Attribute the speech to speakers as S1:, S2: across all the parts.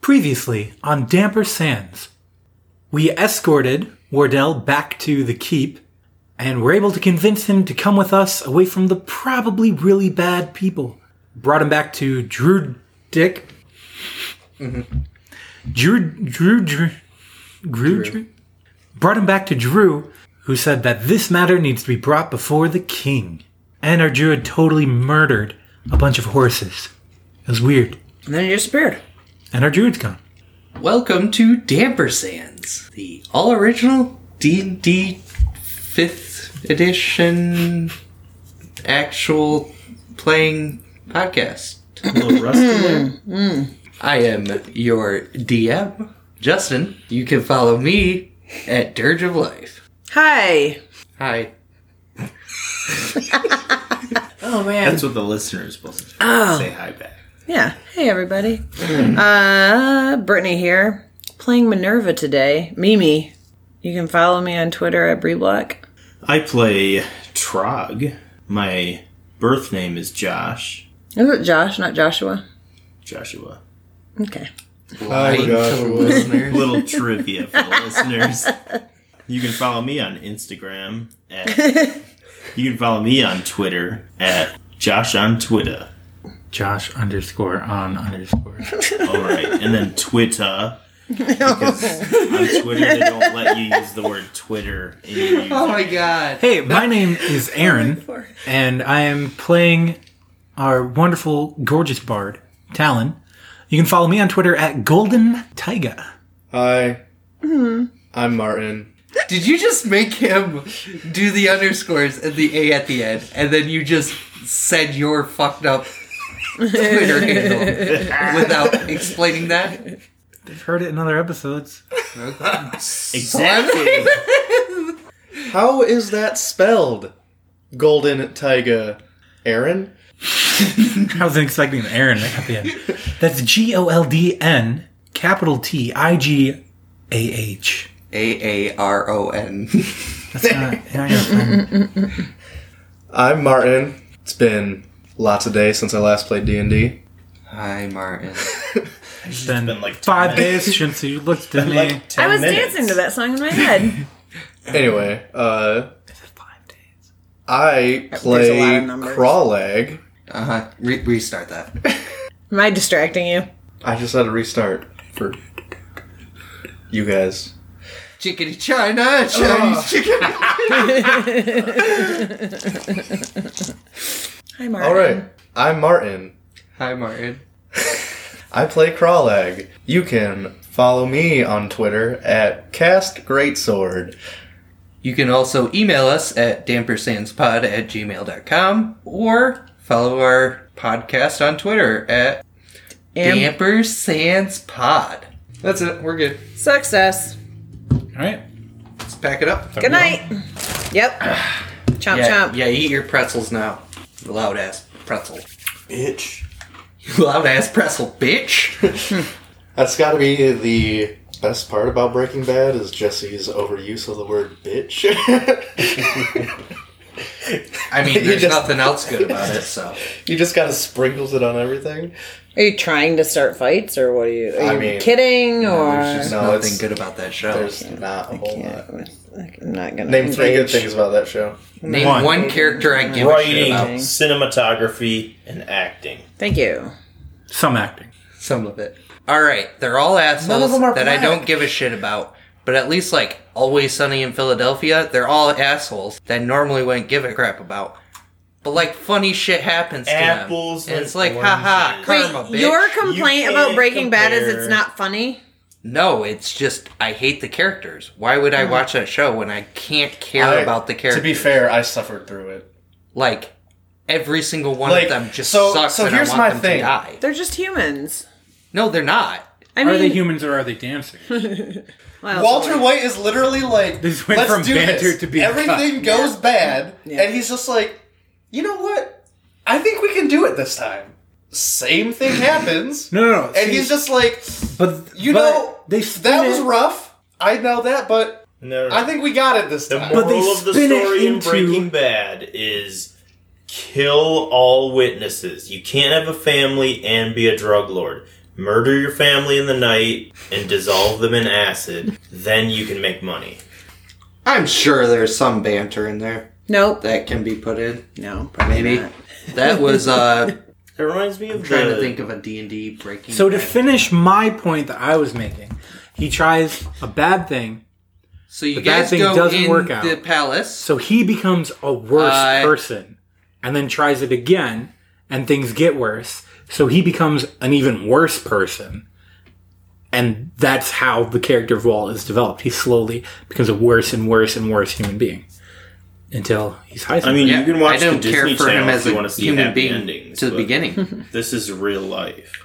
S1: Previously on Damper Sands, we escorted Wardell back to the keep and were able to convince him to come with us away from the probably really bad people. Brought him back to Drew Dick. Drew, Drew, Drew, Drew, Drew. Brought him back to Drew, who said that this matter needs to be brought before the king. And our Drew had totally murdered a bunch of horses. It was weird.
S2: And then he disappeared.
S1: And our Druid's gone.
S2: Welcome to Dampersands, the all original D&D 5th edition actual playing podcast. I am your DM, Justin. You can follow me at Dirge of Life.
S3: Hi.
S2: Hi.
S3: Oh man.
S4: That's what the listener is supposed to
S3: Oh.
S4: say hi back.
S3: yeah. Hey everybody. uh Brittany here. Playing Minerva today. Mimi. You can follow me on Twitter at Breeblock.
S4: I play Trog. My birth name is Josh.
S3: Is it Josh, not Joshua?
S4: Joshua.
S3: Okay.
S2: Hi, listeners.
S4: Little trivia for the listeners. You can follow me on Instagram at. You can follow me on Twitter at Josh on Twitter.
S1: Josh underscore on underscore.
S4: All right, and then Twitter. Because on Twitter they don't let you use the word Twitter. in your
S2: Oh
S4: user-
S2: my god.
S1: Hey, my name is Aaron, and I am playing our wonderful, gorgeous bard, Talon. You can follow me on Twitter at Golden Taiga.
S5: Hi.
S3: Mm-hmm.
S5: I'm Martin.
S2: Did you just make him do the underscores and the A at the end, and then you just said your fucked up Twitter handle without explaining that?
S1: I've heard it in other episodes.
S4: Exactly.
S5: How is that spelled? Golden Taiga Aaron?
S1: I wasn't expecting an Aaron at the end. That's G O L D N, capital T I G A H.
S2: A A R O N.
S1: That's not. I know.
S5: I'm Martin. It's been lots of days since I last played D&D.
S2: Hi, Martin.
S1: It's been,
S4: been like ten
S1: five
S4: minutes.
S1: days since you looked at me.
S4: Like 10
S3: I was
S4: minutes.
S3: dancing to that song in my head.
S5: Anyway, uh,
S1: Five days.
S5: I
S3: There's a lot
S5: play
S3: of numbers.
S5: Crawlag.
S2: Uh huh. Re- restart that.
S3: Am I distracting you?
S5: I just had to restart for you guys.
S2: Chickeny China, Chinese chicken.
S3: Hi Mark.
S5: All right, I'm Martin.
S2: Hi, Martin.
S5: I play Crawlag. You can follow me on Twitter at castgreatsword.
S2: You can also email us at dampersandspod at gmail.com or follow our podcast on Twitter at
S3: And
S2: dampersandspod. That's it. We're good.
S3: success.
S1: All right.
S2: Let's pack it up.
S3: Good night. Yep. Chomp
S2: Yeah,
S3: chomp.
S2: yeah, eat your pretzels now. Loud ass pretzel.
S4: Bitch.
S2: Loud ass pretzel, bitch.
S5: That's got to be the best part about Breaking Bad is Jesse's overuse of the word bitch.
S2: I mean,
S5: You
S2: there's
S5: just-
S2: nothing else good about it, so.
S5: you just kind of sprinkles it on everything.
S3: Are you trying to start fights or what are you are
S5: I
S3: you
S5: mean,
S3: kidding or
S2: There's just
S5: No,
S2: nothing
S5: it's-
S2: good about that show.
S5: There's not a whole lot.
S3: I'm not gonna
S5: Name three good
S3: engage.
S5: things about that show.
S2: Name
S1: One.
S2: one, character I give a shit
S4: Writing,
S2: about.
S4: cinematography, and acting.
S3: Thank you.
S1: Some acting.
S2: Some of it. All right, they're all assholes
S5: None of them are
S2: that I
S5: black.
S2: don't give a shit about. But at least like Always Sunny in Philadelphia, they're all assholes that I normally wouldn't give a crap about. But like funny shit happens to
S4: Apples
S2: them. And it's like,
S4: like
S2: haha,
S4: oranges.
S3: Wait,
S2: karma, bitch.
S3: your complaint
S4: You
S3: about
S4: can't
S3: Breaking Bad is
S4: compare-
S3: it's not funny.
S2: No, it's just I hate the characters. Why would I
S5: Uh-huh.
S2: watch that show when I can't care
S5: I-
S2: about the characters?
S5: To be fair, I suffered through it.
S2: like every single one
S5: Like,
S2: of them just
S5: so-
S2: sucks
S5: so
S2: and
S5: here's
S2: I
S5: my
S2: want them
S5: thing.
S2: to die.
S3: They're just humans.
S2: No, they're not.
S3: I mean,
S1: are they humans or are they dancers?
S3: well,
S5: Walter White is literally like,
S1: This went
S5: let's
S1: from
S5: do
S1: banter
S5: this.
S1: to being
S5: Everything goes bad,
S3: Yeah.
S5: and he's just like, you know what? I think we can do it this time. Same thing happens.
S1: No, no, no.
S5: And
S1: see,
S5: he's just like,
S1: But
S5: you
S1: but
S5: know,
S1: they
S5: that
S1: spin
S5: was
S1: it-
S5: rough. I know that, but
S4: No,
S5: I think we got it this
S4: the
S5: time.
S4: moral
S1: they
S4: of the
S1: spin it
S4: story in
S1: into-
S4: Breaking Bad is kill all witnesses. You can't have a family and be a drug lord. murder your family in the night, and dissolve them in acid. Then you can make money.
S2: I'm sure there's some banter in there
S3: Nope.
S2: that can be put in.
S3: No, probably
S2: Maybe
S3: not.
S2: that was uh,
S4: It reminds me of
S2: trying
S4: the,
S2: to think of a D and D breaking.
S1: So to finish my point that I was making, he tries a bad thing,
S2: so you
S1: the bad
S2: guys
S1: thing
S2: go
S1: doesn't
S2: in
S1: work out.
S2: the palace.
S1: so he becomes a worse
S2: Uh,
S1: person, and then tries it again, and things get worse. So he becomes an even worse person, and that's how the character of Wall is developed. He slowly becomes a worse and worse and worse human being until he's high.
S4: I mean,
S2: Yeah,
S4: you can watch
S2: I don't
S4: the
S2: care
S4: Disney
S2: for
S4: Channel
S2: him
S4: if
S2: as
S4: you
S2: a
S4: want to see
S2: human
S4: happy
S2: being
S4: endings,
S2: to the
S4: but
S2: beginning.
S4: This is real life.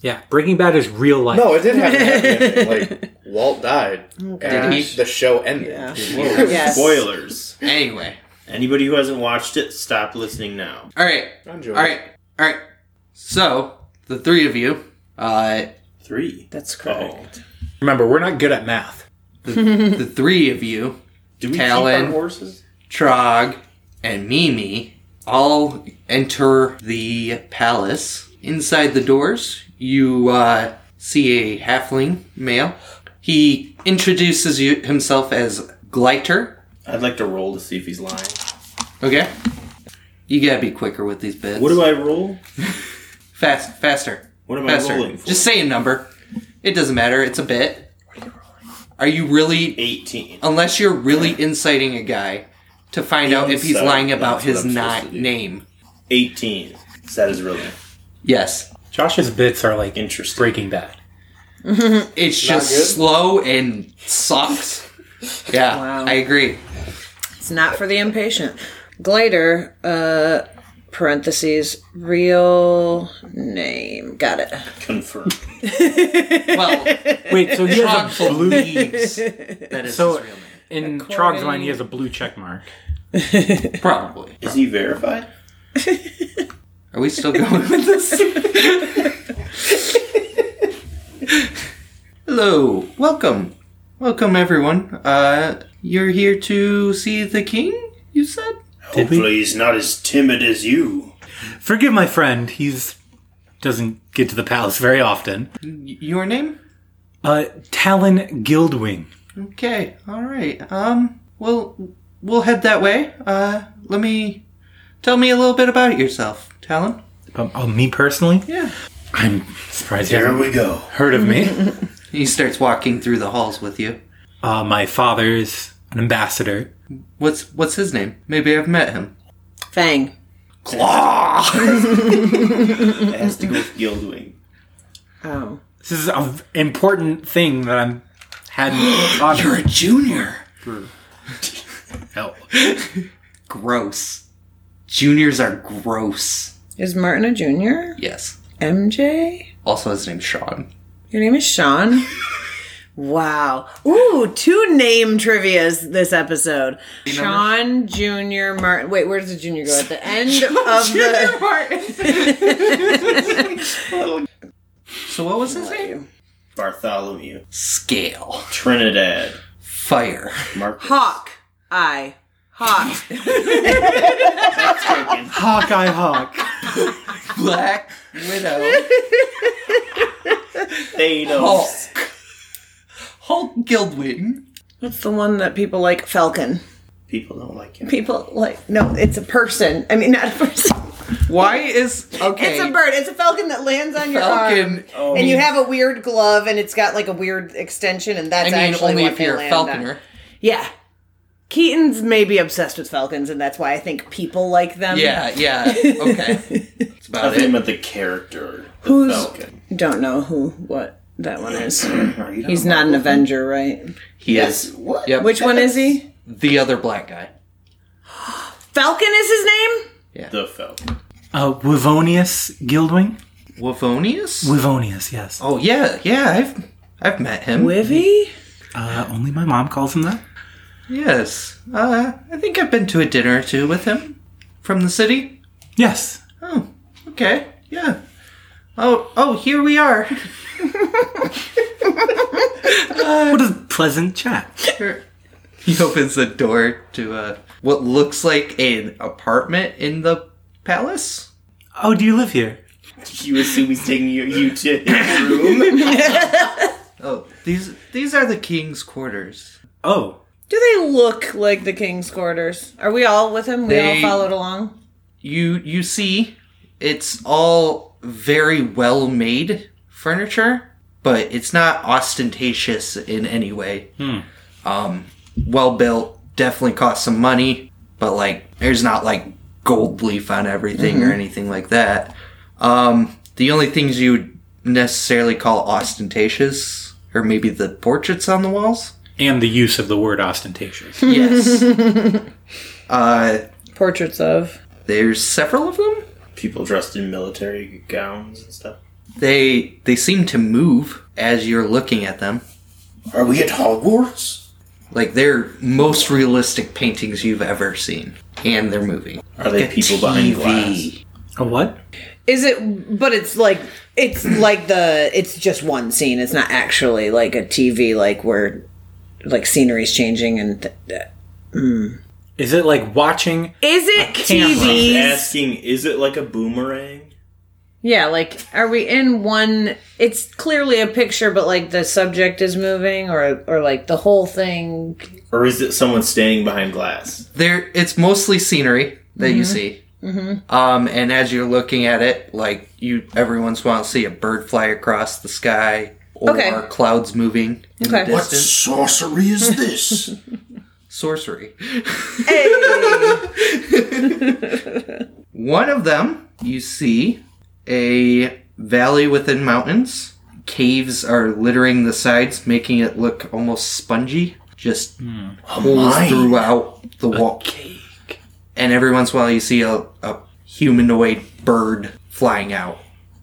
S1: yeah, Breaking Bad is real life.
S5: No, it did have a happy ending. Like Walt died, and
S2: gosh.
S5: the show ended.
S3: Yeah.
S4: Whoa,
S3: Yes.
S4: Spoilers.
S2: anyway,
S4: Anybody who hasn't watched it, stop listening now.
S2: all right,
S5: Enjoy.
S2: all right, all right. So the three of you, uh,
S4: Three.
S3: That's correct.
S4: Oh.
S1: Remember, we're not good at math.
S2: the three of you,
S4: Do we keep
S2: Talon.
S4: our horses?
S2: Trog, and Mimi all enter the palace. Inside the doors, you uh, see a halfling male. He introduces you, himself as Gleiter.
S4: I'd like to roll to see if he's lying.
S2: Okay, you gotta be quicker with these bits.
S4: What do I roll?
S2: Fast, faster,
S4: What am I
S2: faster.
S4: rolling for?
S2: Just say a number. It doesn't matter. It's a bit. Are you really?
S4: 18.
S2: Unless you're really inciting a guy to find out if he's
S4: Incite,
S2: lying about
S4: that's what
S2: his
S4: I'm supposed
S2: not
S4: to do.
S2: name.
S4: 18. So that is really
S2: Yes.
S1: Josh's bits are like
S4: Interesting.
S1: Breaking Bad.
S2: It's
S5: good?
S2: just slow and sucks. Yeah,
S3: Wow.
S2: I agree.
S3: It's not for the impatient. Glader, uh, parentheses, real name. Got it.
S4: confirmed.
S2: Well,
S1: Wait, so he
S2: Trog
S1: has a blue
S2: believes that is
S1: So-
S2: his real name.
S1: in
S3: According-
S1: Trog's mind. He has a blue check mark.
S2: Probably.
S4: Is he verified?
S2: Are we still going with this? Hello, welcome, welcome everyone. Uh, you're here to see the king. You said
S1: Did we?
S4: Hopefully he's not as timid as you.
S1: Forgive my friend. He's doesn't get to the palace very often.
S2: Y- your name.
S1: Uh, Talon Guildwing.
S2: Okay, all right. Um, well, we'll head that way. Uh, let me tell me a little bit about yourself, Talon.
S1: Um, oh, me personally,
S2: Yeah.
S1: I'm surprised you haven't
S4: we go.
S1: heard of me.
S2: He starts walking through the halls with you.
S1: Uh, my father's an ambassador.
S2: What's what's his name? Maybe I've met him.
S3: Fang.
S2: Claw.
S4: It has to go with Guildwing.
S3: Oh.
S1: This is an important thing that I'm hadn't thought of.
S2: a junior.
S1: Help.
S2: Gross. Juniors are gross.
S3: Is Martin a junior?
S2: Yes.
S3: MJ?
S2: Also, his name's Sean.
S3: Your name is Sean? wow. Ooh, two name trivias this episode. Sean Jr. Martin. Wait, where does the junior go? At the end of the.
S2: So what was his name?
S4: Bartholomew.
S2: Scale.
S4: Trinidad.
S2: Fire.
S4: Mark.
S3: Hawk. I. Hawk.
S1: Hawkeye Hawk.
S2: Black Widow. Hulk.
S4: Thanos.
S2: Hulk Guildwin.
S3: What's the one that people like? Falcon.
S4: People don't like him.
S3: People like. No, it's a person. I mean, not a person.
S2: Why is okay?
S3: It's a bird. It's a falcon that lands on your arm.
S2: Falcon.
S3: And you have a weird glove, and it's got like a weird extension, and that's
S2: I mean,
S3: actually
S2: only
S3: what
S2: if
S3: they
S2: you're a
S3: land on.
S2: falconer.
S3: Yeah. Keaton's maybe obsessed with falcons, and that's why I think people like them.
S2: Yeah, yeah. Okay. It's
S4: I
S2: about
S4: think I
S2: it.
S4: meant the character. The
S3: Who's-
S4: Falcon.
S3: Don't know who, what that one is.
S4: Are you
S3: He's not an Avenger, right?
S2: He
S4: Yes.
S2: is
S4: What?
S2: Yep.
S3: Which one is he?
S2: the other black guy.
S3: Falcon is his name?
S4: The Falcon.
S1: Uh, Wivonius Guildwing.
S2: Wavonius?
S1: Wivonius, yes.
S2: Oh yeah, yeah, I've I've met him.
S3: Wivy?
S1: Uh, only my mom calls him that.
S2: yes, uh, I think I've been to a dinner or two with him from the city.
S1: Yes.
S2: Oh, okay, yeah. Oh, oh, here we are.
S1: What a pleasant chat.
S2: He opens the door to uh, what looks like an apartment in the palace.
S1: Oh, do you live here?
S4: You assume he's taking you, you to his room.
S2: Oh, these these are the king's quarters.
S1: Oh,
S3: Do they look like the king's quarters? Are we all with him? We all
S2: They-
S3: followed along.
S2: You you see, it's all very well made furniture, but it's not ostentatious in any way. Um, well built, definitely cost some money, but like there's not like gold leaf on everything or anything like that. Um, the only things you would necessarily call ostentatious or maybe the portraits on the walls.
S1: and the use of the word ostentatious.
S2: Yes. uh,
S3: Portraits of.
S2: there's several of them.
S4: People dressed in military gowns and stuff.
S2: They they seem to move as you're looking at them.
S4: Are we at Hogwarts?
S2: Like they're most realistic paintings you've ever seen, and they're moving.
S4: Are they people behind glass?
S2: TV.
S1: A what?
S3: Is it? But it's like it's like the it's just one scene. It's not actually like a TV like where like scenery's changing and. Th- th-
S1: Is it like watching?
S3: is it
S1: camera.
S3: TVs?
S4: Asking, is it like a boomerang?
S3: Yeah, like are we in one? It's clearly a picture, but like the subject is moving, or or like the whole thing.
S4: Or is it someone standing behind glass?
S2: There, it's mostly scenery that you see. Mm-hmm. Um, and as you're looking at it, like you, every once in a while, see a bird fly across the sky or
S3: Okay.
S2: clouds moving in
S3: Okay.
S2: the
S3: What
S2: distance.
S4: sorcery is this?
S2: Sorcery.
S3: Hey!
S2: One of them, you see a valley within mountains. Caves are littering the sides, making it look almost spongy. Just holes
S4: Hmm. mine.
S2: throughout the wall. And every once in a while, you see a, a humanoid bird flying out,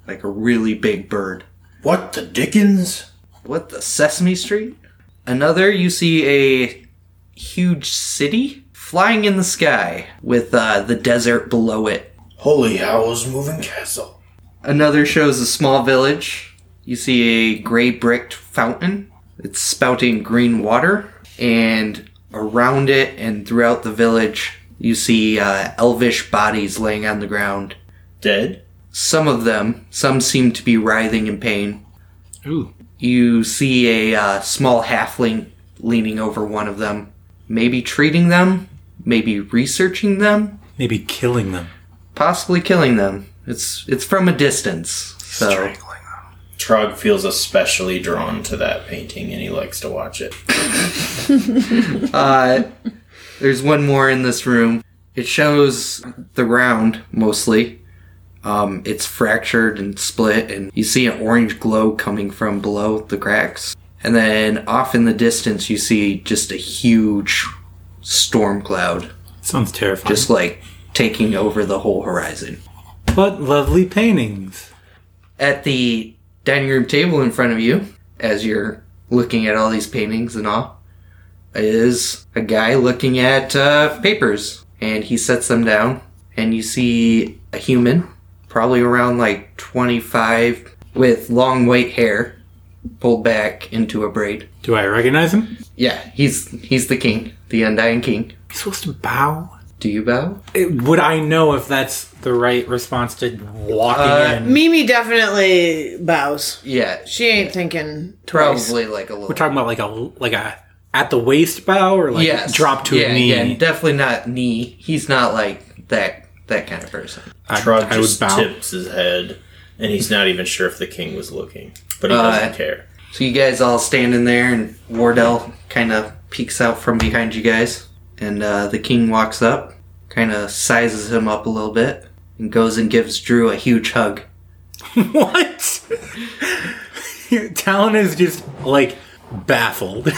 S2: like a really big bird.
S4: what the dickens?
S2: What the Sesame Street? Another, you see a huge city flying in the sky with uh, the desert below it
S4: Holy Howl's moving castle.
S2: Another shows a small village. You see a gray bricked fountain. It's spouting green water. And around it and throughout the village, you see uh, elvish bodies laying on the ground.
S4: Dead?
S2: Some of them, some seem to be writhing in pain.
S1: Ooh,
S2: You see a uh, small halfling leaning over one of them, maybe treating them, maybe researching them,
S1: maybe killing them.
S2: possibly killing them. It's it's from a distance, so.
S4: Trog feels especially drawn to that painting and he likes to watch it.
S2: Uh, there's one more in this room. It shows the ground mostly. Um, it's fractured and split, and you see an orange glow coming from below the cracks. And then off in the distance, you see just a huge storm cloud,
S1: Sounds terrifying.
S2: just like taking over the whole horizon.
S1: But lovely paintings.
S2: At the dining room table in front of you, as you're looking at all these paintings and all, is a guy looking at uh, papers. And he sets them down, and you see a human, probably around like 25, with long white hair pulled back into a braid.
S1: Do I recognize him?
S2: Yeah, he's he's the king, the undying king.
S1: He's supposed to bow.
S2: Do you bow?
S1: It- would I know if that's the right response to walking
S2: Uh,
S1: in?
S3: Mimi definitely bows.
S2: Yeah,
S3: She ain't thinking.
S2: probably like a little.
S1: We're talking about like a like a at the waist bow or like
S2: yes.
S1: drop to
S2: yeah,
S1: a knee.
S2: Yeah, definitely not knee. He's not like that that kind of person.
S1: I,
S4: Trog
S1: I would
S4: just
S1: bow.
S4: tips his head and he's not even sure if the king was looking, but he
S2: Uh,
S4: doesn't care.
S2: So you guys all standing there, and Wardell kind of peeks out from behind you guys, and uh, the king walks up, kind of sizes him up a little bit, and goes and gives Drew a huge hug.
S1: What? Talon is just like baffled.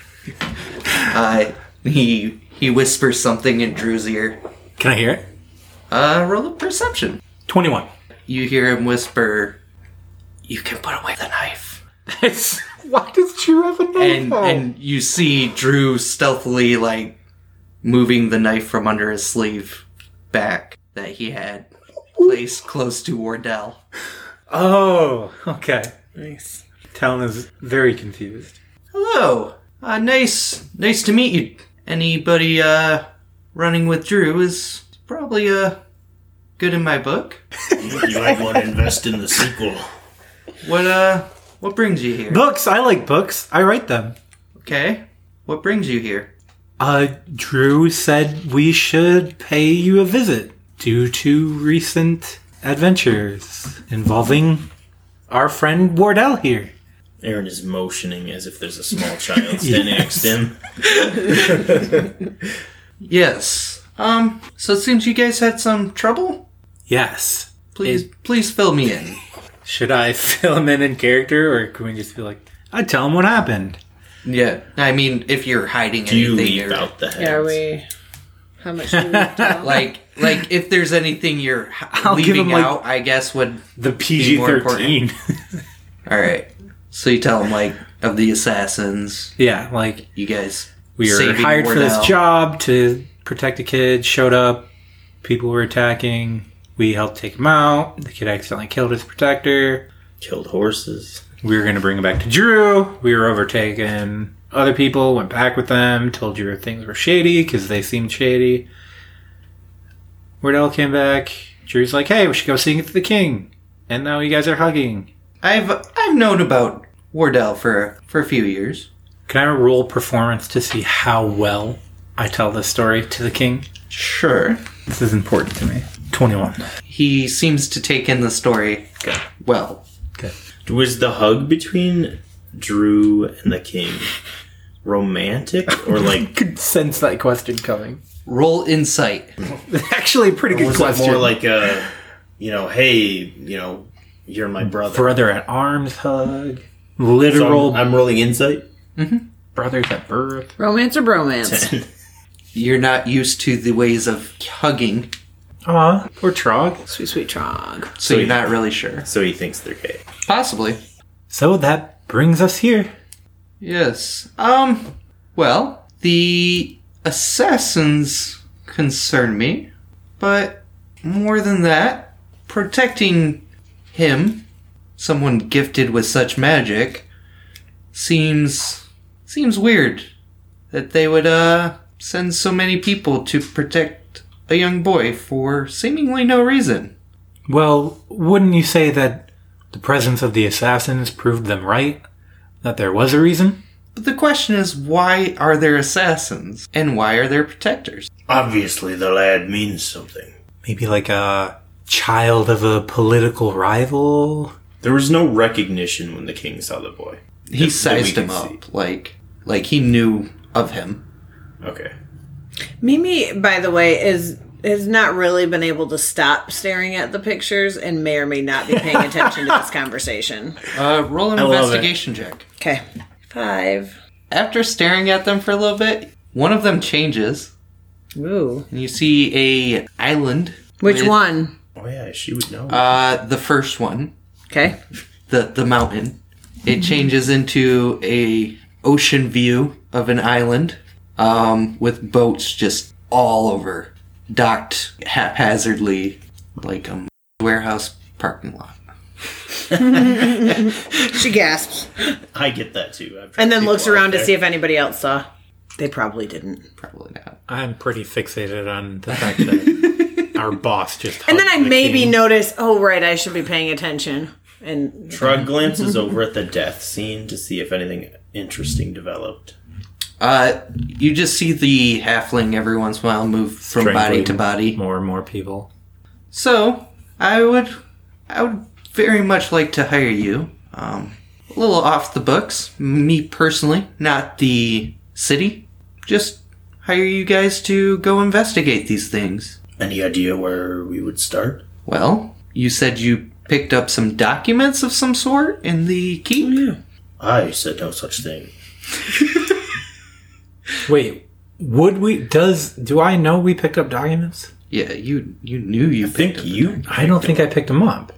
S2: Uh, he he whispers something in Drew's ear.
S1: Can I hear it?
S2: Uh, roll a perception.
S1: Twenty one.
S2: You hear him whisper, "You can put away the knife."
S1: Why does Drew have a knife?
S2: and and you see Drew stealthily like moving the knife from under his sleeve back that he had placed close to Wardell.
S1: oh, okay.
S3: Nice.
S1: Talon is very confused.
S2: Hello. Uh, nice nice to meet you. Anybody uh running with Drew is probably a Good in my book.
S4: You might want to invest in the sequel.
S2: What uh? What brings you here?
S1: Books. I like books. I write them.
S2: Okay. What brings you here?
S1: Uh, Drew said we should pay you a visit due to recent adventures involving our friend Wardell here.
S4: Aaron is motioning as if there's a small child standing next to him.
S2: Yes. Um. So it seems you guys had some trouble.
S1: Yes.
S2: Please, please fill me in.
S1: Should I fill him in in character, or can we just be like, I tell him what happened?
S2: Yeah. I mean, if you're hiding
S4: Do you
S2: anything,
S4: leave
S2: or-
S4: out the heads?
S3: Are we? How much do we tell?
S2: like, like if there's anything you're h-
S1: I'll give
S2: leaving
S1: him, like-
S2: out, I guess would.
S1: The PG
S2: more important.
S1: thirteen.
S2: All right. So you tell him like of the assassins.
S1: yeah, like
S2: You guys.
S1: we were
S2: Saving
S1: hired for this
S2: Wardell.
S1: job to protect a kid. Showed up, people were attacking. We helped take him out. The kid accidentally killed his protector.
S4: Killed horses.
S1: We were going to bring him back to Drew. We were overtaken. Other people went back with them, told Drew things were shady because they seemed shady. Wardell came back. Drew's like, hey, we should go sing it to the king. And now you guys are hugging.
S2: I've I've known about Wardell for for a few years.
S1: Can I roll performance to see how well I tell this story to the king?
S2: Sure.
S1: This is important to me. 21.
S2: He seems to take in the story well.
S4: Was the hug between Drew and the king romantic or like
S1: Could sense that question coming.
S2: Roll insight.
S1: Actually, a pretty good
S4: was it
S1: question.
S4: more like a you know, hey, you know, you're my brother.
S1: brother at arms hug.
S4: So I'm-
S1: Literal
S4: I'm, rolling insight.
S1: brothers at birth.
S3: romance or bromance?
S2: You're not used to the ways of hugging,
S1: Aw, poor Trog.
S3: sweet, sweet trog.
S2: so you're not really sure.
S4: So he thinks they're gay.
S2: Possibly.
S1: So that brings us here.
S2: Yes. Um well, the assassins concern me, but more than that, protecting him, someone gifted with such magic, seems seems weird that they would uh send so many people to protect a young boy for seemingly no reason.
S1: Well, wouldn't you say that the presence of the assassins proved them right? That there was a reason?
S2: But the question is why are there assassins and why are there protectors?
S4: Obviously the lad means something.
S1: Maybe like a child of a political rival?
S4: There was no recognition when the king saw the boy.
S2: he
S4: that we
S2: sized
S4: can
S2: him up
S4: see.
S2: like like he knew of him
S4: Okay.
S3: Mimi, by the way, is has not really been able to stop staring at the pictures and may or may not be paying attention to this conversation.
S2: uh roll an
S4: love it.
S2: investigation check
S3: Okay, five.
S2: after staring at them for a little bit one of them changes
S3: Ooh,
S2: and you see a island
S3: which
S2: with,
S3: one?
S4: Oh yeah, she would know.
S2: uh the first one
S3: Okay,
S2: the the mountain it changes into a ocean view of an island um with boats just all over docked haphazardly like a warehouse parking lot
S3: she gasps
S4: I get that too. I've
S3: and then
S4: people
S3: looks
S4: out
S3: around to
S4: there.
S3: see if anybody else saw. They probably didn't.
S2: probably not
S1: I'm pretty fixated on the fact that our boss just.
S3: And then Oh, I maybe notice. Oh, right, I should be paying attention. And
S4: Trug glances over at the death scene to see if anything interesting developed.
S2: Uh, you just see the halfling every once in a while move from body to body.
S1: More and more people.
S2: So I would, I would very much like to hire you. Um, a little off the books, me personally, not the city. Just hire you guys to go investigate these things.
S4: Any idea where we would start?
S2: Well, you said you picked up some documents of some sort in the keep.
S4: Oh, I said no such thing.
S1: Wait, would we. Does. Do I know we picked up documents?
S2: Yeah, you you knew you
S4: I think
S2: picked
S4: you.
S1: I don't think I picked them up.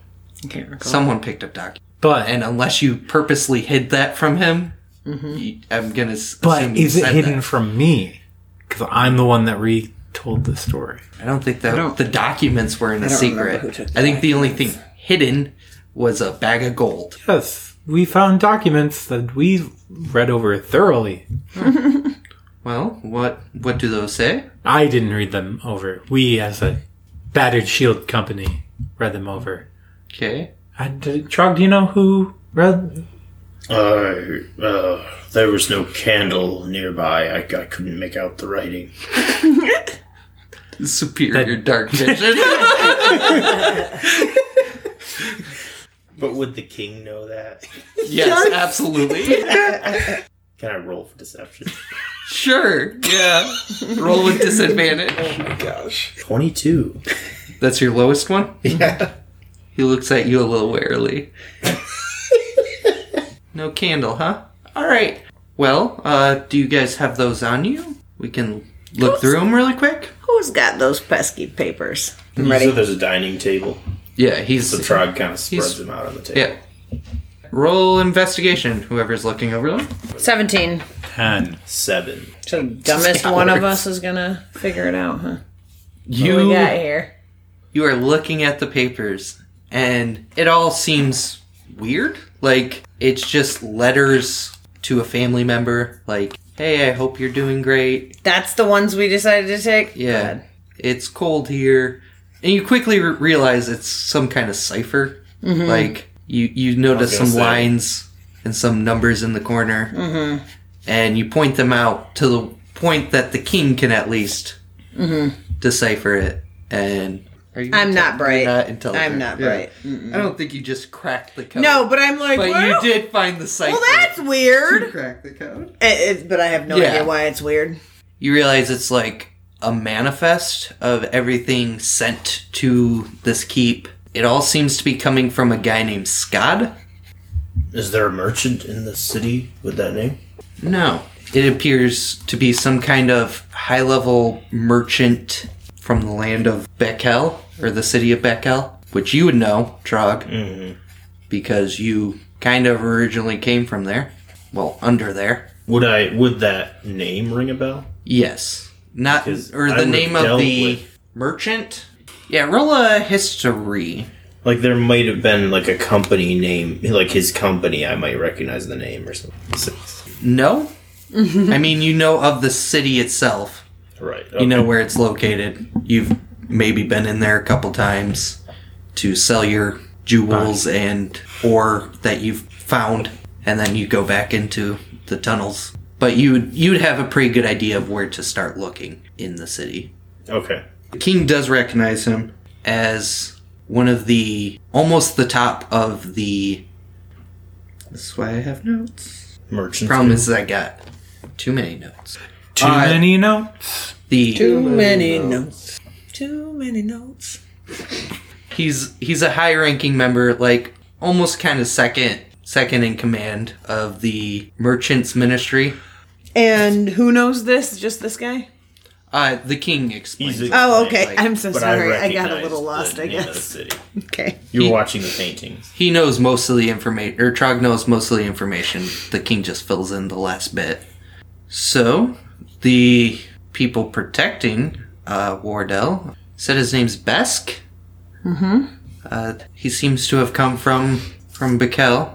S2: up. Someone picked up documents.
S1: But.
S2: and unless you purposely hid that from him, you- I'm gonna. s- assume
S1: But
S2: you
S1: is it
S2: said
S1: hidden
S2: that.
S1: from me? Because I'm the one that retold the story.
S2: I don't think that the documents were in a secret.
S3: who took
S2: I think the only thing hidden was a bag of gold.
S1: Yes, we found documents that we read over thoroughly.
S2: Well, what what do those say?
S1: I didn't read them over. We, as a Battered Shield Company read them over.
S2: Okay.
S1: I, did, Trog, do you know who read?
S4: Uh, uh, there was no candle nearby. I, I couldn't make out the writing.
S2: Superior dark vision.
S4: But would the king know that?
S2: yes, absolutely.
S4: Can I roll for deception?
S2: Sure. Yeah. Roll with disadvantage.
S5: Gosh.
S4: 22.
S2: That's your lowest one?
S5: Yeah.
S2: He looks at you a little warily. no candle, huh? All right. Well, uh, do you guys have those on you? We can look through them really quick.
S3: Who's got those pesky papers? I'm
S4: So
S3: ready.
S4: there's a dining table.
S2: Yeah, he's
S4: The trog kind of spreads
S2: He's-
S4: them out on the table.
S2: Yeah. Roll investigation. Whoever's looking over them.
S3: 17.
S1: Ten.
S4: Seven.
S3: So dumbest one of
S2: Cowards.
S3: us is gonna figure it out, huh? What we got
S2: You
S3: here?
S2: you are looking at the papers, and it all seems weird. Like it's just letters to a family member. Like, hey, I hope you're doing great.
S3: That's the ones we decided to take?
S2: Yeah.
S3: God.
S2: It's cold here. And you quickly re- realize it's some kind of cipher.
S3: Mm-hmm.
S2: Like, you, you notice some
S4: gonna say.
S2: lines and some numbers in the corner. Mm-hmm. And you point them out to the point that the king can at least
S3: Mm-hmm.
S2: decipher it. And are you
S3: I'm not
S2: intelligent?
S3: bright.
S2: You're not intelligent.
S3: I'm not
S2: Yeah.
S3: bright.
S2: I don't think you just cracked the code.
S3: No, but I'm like,
S2: But
S3: well,
S2: you did find the cipher.
S3: well that's weird.
S2: crack the code.
S3: It- it- but I have no
S2: Yeah.
S3: idea why it's weird.
S2: you realize it's like a manifest of everything sent to this keep. It all seems to be coming from a guy named Scott.
S4: Is there a merchant in the city with that name?
S2: No, it appears to be some kind of high level merchant from the land of Bekel or the city of Bekel, which you would know, Trog,
S4: Mm-hmm.
S2: because you kind of originally came from there. Well, under there.
S4: Would I would that name ring a bell?
S2: Yes. Not
S4: Because
S2: or
S4: I
S2: the
S4: would've
S2: name of
S4: dealt
S2: the
S4: with-
S2: merchant. Yeah, roll a history.
S4: Like there might have been like a company name, like his company. I might recognize the name or something. Six.
S2: No? I mean, you know of the city itself.
S4: Right.
S2: You know
S4: okay.
S2: where it's located. You've maybe been in there a couple times to sell your jewels and ore that you've found, and then you go back into the tunnels. But you'd you'd have a pretty good idea of where to start looking in the city.
S4: Okay.
S2: King does recognize him as one of the almost the top of the. This is why I have notes.
S4: Merchant.
S2: Problem is, I got too many notes.
S1: Too
S2: Uh,
S1: many notes.
S2: The
S3: Too many notes. Too many notes.
S2: he's he's a high ranking member, like almost kind of second second in command of the merchants ministry.
S3: And who knows this? Just this guy?
S2: Uh, the king explains.
S4: He's a-
S3: Oh, okay.
S4: Like,
S3: I'm so
S4: But
S3: sorry. I, got a
S4: recognize
S3: little lost,
S4: the
S3: I
S4: name of the
S3: guess.
S4: city.
S3: Okay.
S4: You're
S2: He-
S4: watching the paintings.
S2: he knows most of the information, or Trog knows most of the information. The king just fills in the last bit. So, the people protecting uh, Wardell said his name's Besk. Mm-hmm. Uh, he seems to have come from from Bekel,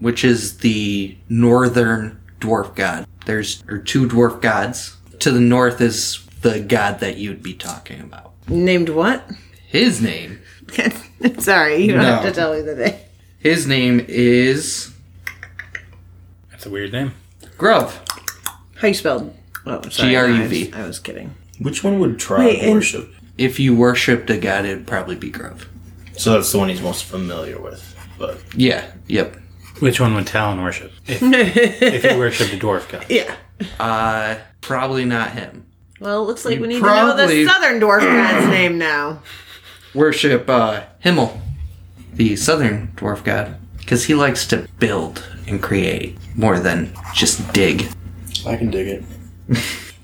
S2: which is the northern dwarf god. There's or two dwarf gods. To the north is the god that you'd be talking about.
S3: Named what?
S2: His name
S3: sorry, you don't have
S2: No.
S3: to tell me the name.
S2: his name is
S1: That's a weird name.
S2: Grove.
S3: How you spelled? Oh, sorry,
S2: G-R-U-V.
S3: I was- I was kidding.
S4: Which one would Trog
S3: Wait, and-
S4: worship?
S2: if you worshipped a god, it'd probably be Grove.
S4: So that's the one he's most familiar with. But
S2: Yeah. Yep.
S1: Which one would Talon worship? If, if he worshipped a dwarf god.
S3: Yeah.
S2: Uh, probably not him.
S3: Well, it looks like we need to know
S2: probably-
S3: the southern dwarf god's name now.
S2: Worship uh, Himmel, the southern dwarf god, because he likes to build and create more than just dig.
S4: I can dig it.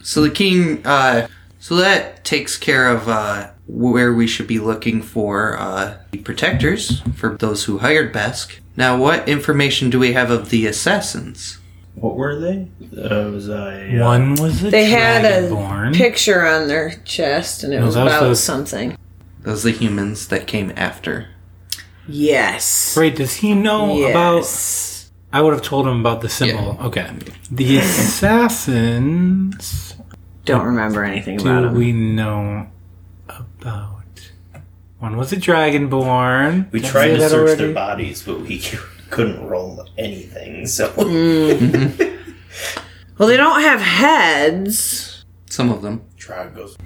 S2: So the king. Uh, so that takes care of uh, where we should be looking for uh, the protectors for those who hired Besk. Now, what information do we have of the assassins?
S4: What were they? Uh, was I uh,
S1: One was a
S3: They had a
S1: dragonborn.
S3: picture on their chest, and it was
S1: that was
S3: about
S1: the-
S3: something.
S2: Those are the humans that came after.
S3: Yes.
S1: Wait, does he know about?
S3: Yes.
S1: I would have told him about the symbol. Okay, the assassins.
S3: Don't remember anything
S1: Do
S3: about him.
S1: we know about? One was a dragonborn.
S4: We
S1: Did I
S4: tried
S1: say
S4: to
S1: that
S4: search their
S1: already?
S4: bodies, but we c- couldn't roll anything. So
S3: Well, they don't have heads.
S2: Some of them.
S4: Trog goes.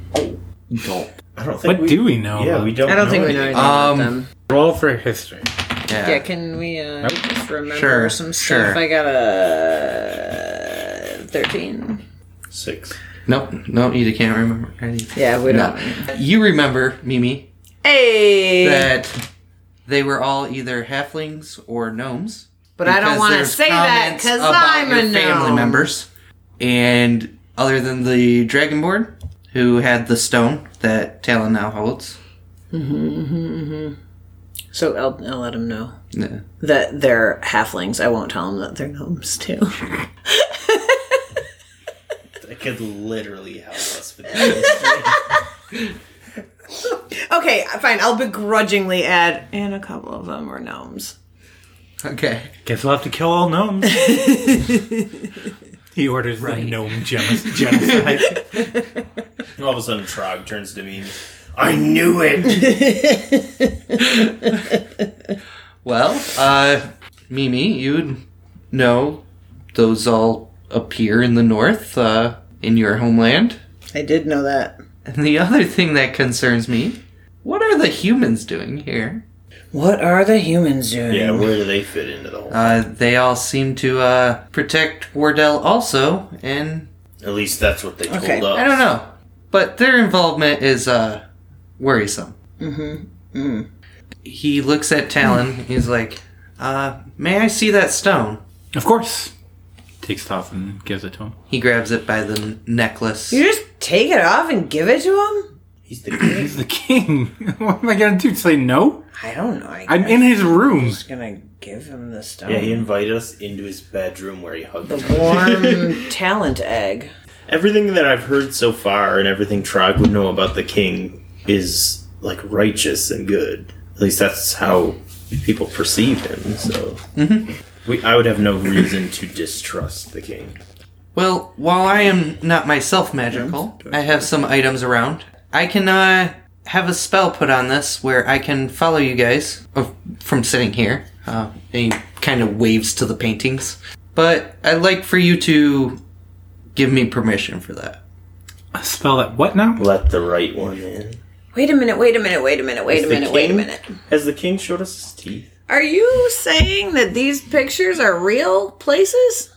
S2: Gulp.
S4: I don't think.
S1: What
S4: we,
S1: do we know?
S4: Yeah,
S1: about-
S4: we don't.
S3: I don't think we know
S4: anything.
S3: anything about
S2: Um,
S3: them.
S1: roll for history.
S2: Yeah.
S3: Yeah, can we uh, just remember
S2: Sure,
S3: some
S2: sure.
S3: stuff? I got a thirteen.
S4: Six.
S2: Nope. Nope. You can't remember. anything.
S3: Yeah, we
S2: No.
S3: don't.
S2: You remember, Mimi,
S3: Hey,
S2: that they were all either halflings or gnomes.
S3: but I don't
S2: because
S3: want to
S2: there's
S3: say that
S2: comments
S3: because
S2: about
S3: I'm
S2: your
S3: a gnome.
S2: family members. And other than the dragonborn, who had the stone that Talon now holds,
S3: So I'll, I'll let him know
S2: Yeah.
S3: that they're halflings. I won't tell him that they're gnomes too.
S4: That could literally help us with that.
S3: okay, fine. I'll begrudgingly add, and a couple of them were gnomes.
S2: okay,
S1: Guess we'll have to kill all gnomes. he orders the gnome geno- genocide.
S4: All of a sudden, Trog turns to me. I knew it.
S2: well, uh, Mimi, you know those all appear in the north, uh, in your homeland.
S3: I did know that.
S2: And the other thing that concerns me: what are the humans doing here?
S3: What are the humans doing?
S4: yeah, where do they fit into the whole?
S2: Uh, they all seem to uh, protect Wardell also, and
S4: At least that's what they told
S3: Okay,
S4: us.
S2: I don't know. But their involvement is uh worrisome. Mm-hmm. He looks at Talon. He's like, uh, "May I see that stone?"
S1: of course. Takes it off and gives it to him.
S2: He grabs it by the n- necklace.
S3: You just take it off and give it to him?
S4: He's the king.
S1: The king. what am I gonna do? Say no?
S3: I don't know. I
S1: I'm in his room.
S3: just gonna give him the stone.
S4: Yeah, he invited us into his bedroom where he hugged us.
S3: Warm talent egg.
S4: Everything that I've heard so far and everything Trog would know about the king is like righteous and good. At least that's how people perceive him. So we, I would have no reason to distrust the king.
S2: Well, while I am not myself magical, I have some items around. I can uh, have a spell put on this where I can follow you guys uh, from sitting here. Uh, and he kind of waves to the paintings. But I'd like for you to give me permission for that.
S1: Spell that what now?
S4: Let the right one in.
S3: Wait a minute, wait a minute, wait a minute, wait a
S4: The
S3: minute, wait a
S4: king-
S3: minute.
S4: Has the king showed us his teeth?
S3: Are you saying that these pictures are real places?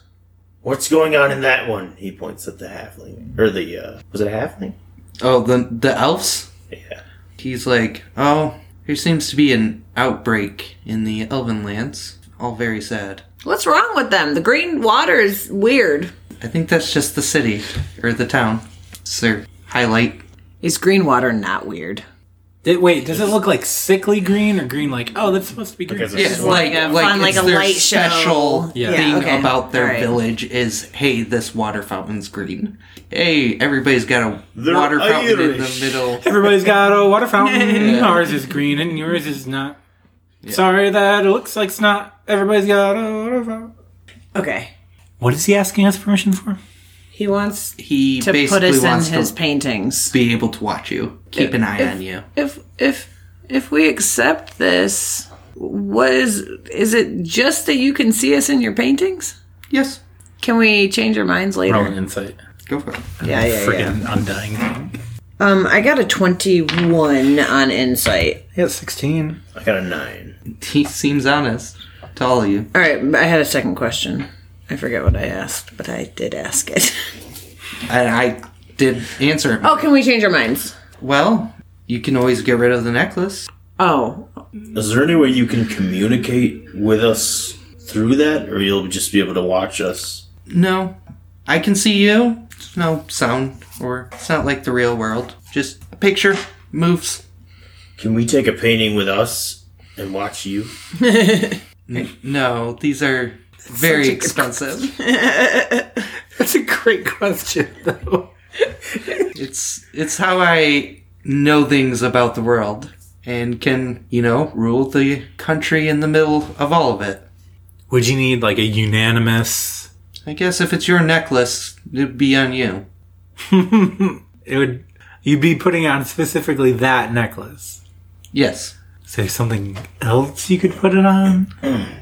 S4: What's going on in that one? He points at the halfling. Or the, uh, was it a halfling?
S2: Oh, the the elves?
S4: Yeah.
S2: He's like, "Oh, there seems to be an outbreak in the Elven lands. All very sad.
S3: What's wrong with them? The green water is weird.
S2: I think that's just the city or the town. It's their highlight.
S3: Is green water not weird?
S1: Did- wait, does it look like sickly green or green like, oh, that's supposed to be green?
S4: Because
S2: Yeah,
S4: it's
S2: like,
S3: like a
S2: like,
S3: fun,
S2: it's
S3: like a
S2: their
S3: light show.
S2: special
S1: Yeah.
S2: thing
S3: Yeah, okay.
S2: about their
S3: Alright.
S2: village is, hey, this water fountain's green. Hey, everybody's got a
S4: They're
S2: water fountain in the
S4: Irish.
S2: middle.
S1: Everybody's got a water fountain. Ours is green and yours is not. Sorry that it looks like snot. Everybody's got a water fountain.
S3: Okay.
S1: What is he asking us permission for?
S3: He wants
S2: He
S3: to put
S2: basically
S3: us
S2: wants
S3: in his
S2: to
S3: paintings.
S2: be able to watch you, keep an eye on you.
S3: if if if we accept this what is is it just that you can see us in your paintings
S2: Yes,
S3: can we change our minds later
S1: insight.
S2: go for it.
S3: yeah yeah
S1: Freaking undying thing.
S3: um i got a 21 on insight
S1: Yeah, 16.
S4: I got a nine.
S2: He seems honest to all of you.
S3: all right i had a second question i forget what i asked but i did ask it
S2: And I did answer him.
S3: oh can we change our minds
S2: Well, you can always get rid of the necklace.
S3: oh
S4: Is there any way you can communicate with us through that, or you'll just be able to watch us?
S2: No, I can see you. It's no sound, or it's not like the real world. Just a picture moves.
S4: Can we take a painting with us and watch you?
S2: No, these are very expensive.
S1: That's a great question, though.
S2: it's it's how I know things about the world and can you know rule the country in the middle of all of it.
S1: Would you need like a unanimous?
S2: I guess if it's your necklace, it'd be on you.
S1: It would. You'd be putting on specifically that necklace.
S2: Yes.
S1: Is there something else you could put it on?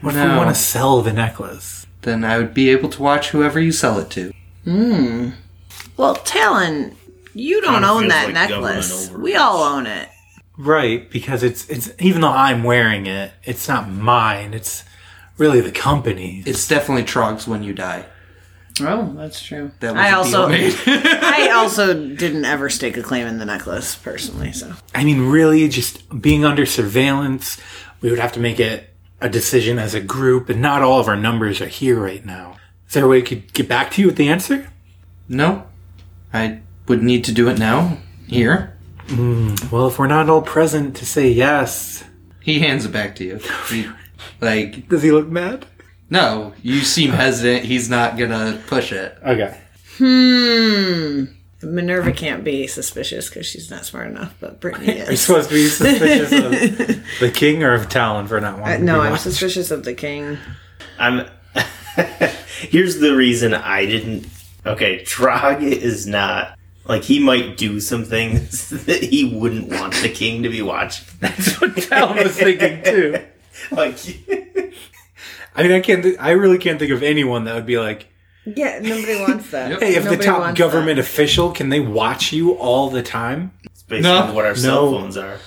S1: What if we
S2: No.
S1: want to sell the necklace?
S2: Then I would be able to watch whoever you sell it to.
S3: Well, Talon, you don't
S4: Kinda
S3: own
S4: feels
S3: that
S4: like
S3: necklace.
S4: government
S3: We all own it.
S1: Right, because it's it's even though I'm wearing it, it's not mine. It's really the company.
S2: It's definitely Trogs when you die.
S3: Oh, that's true.
S2: That was
S3: I
S2: a
S3: also,
S2: deal made.
S3: I also didn't ever stake a claim in the necklace personally. So
S1: I mean, really, just being under surveillance, we would have to make it a decision as a group, and not all of our numbers are here right now. Is there a way we could get back to you with the answer?
S2: No. I would need to do it now. Here.
S1: Well, if we're not all present to say yes,
S2: He hands it back to you. He- like,
S1: does he look mad?
S2: no, you seem hesitant. He's not gonna push it.
S1: Okay.
S3: Hmm. Minerva can't be suspicious because she's not smart enough, but Brittany
S1: You're
S3: is.
S1: supposed to be suspicious of the king or of Talon for not wanting
S3: No,
S1: to be
S3: I'm
S1: watched.
S3: suspicious of the king.
S4: I'm. Here's the reason I didn't. Okay, Trog is not. Like, he might do some things that he wouldn't want the king to be watching.
S1: That's what Talon was thinking too.
S4: Like,
S1: I mean, I can't. Th- I really can't think of anyone that would be like,
S3: Yeah, nobody wants that.
S2: Yep.
S1: "Hey, if the
S3: Nobody
S1: top
S3: wants
S1: government
S3: that.
S1: official can they watch you all the time?"
S4: it's based
S2: No.
S4: on what our cell
S1: No.
S4: phones are.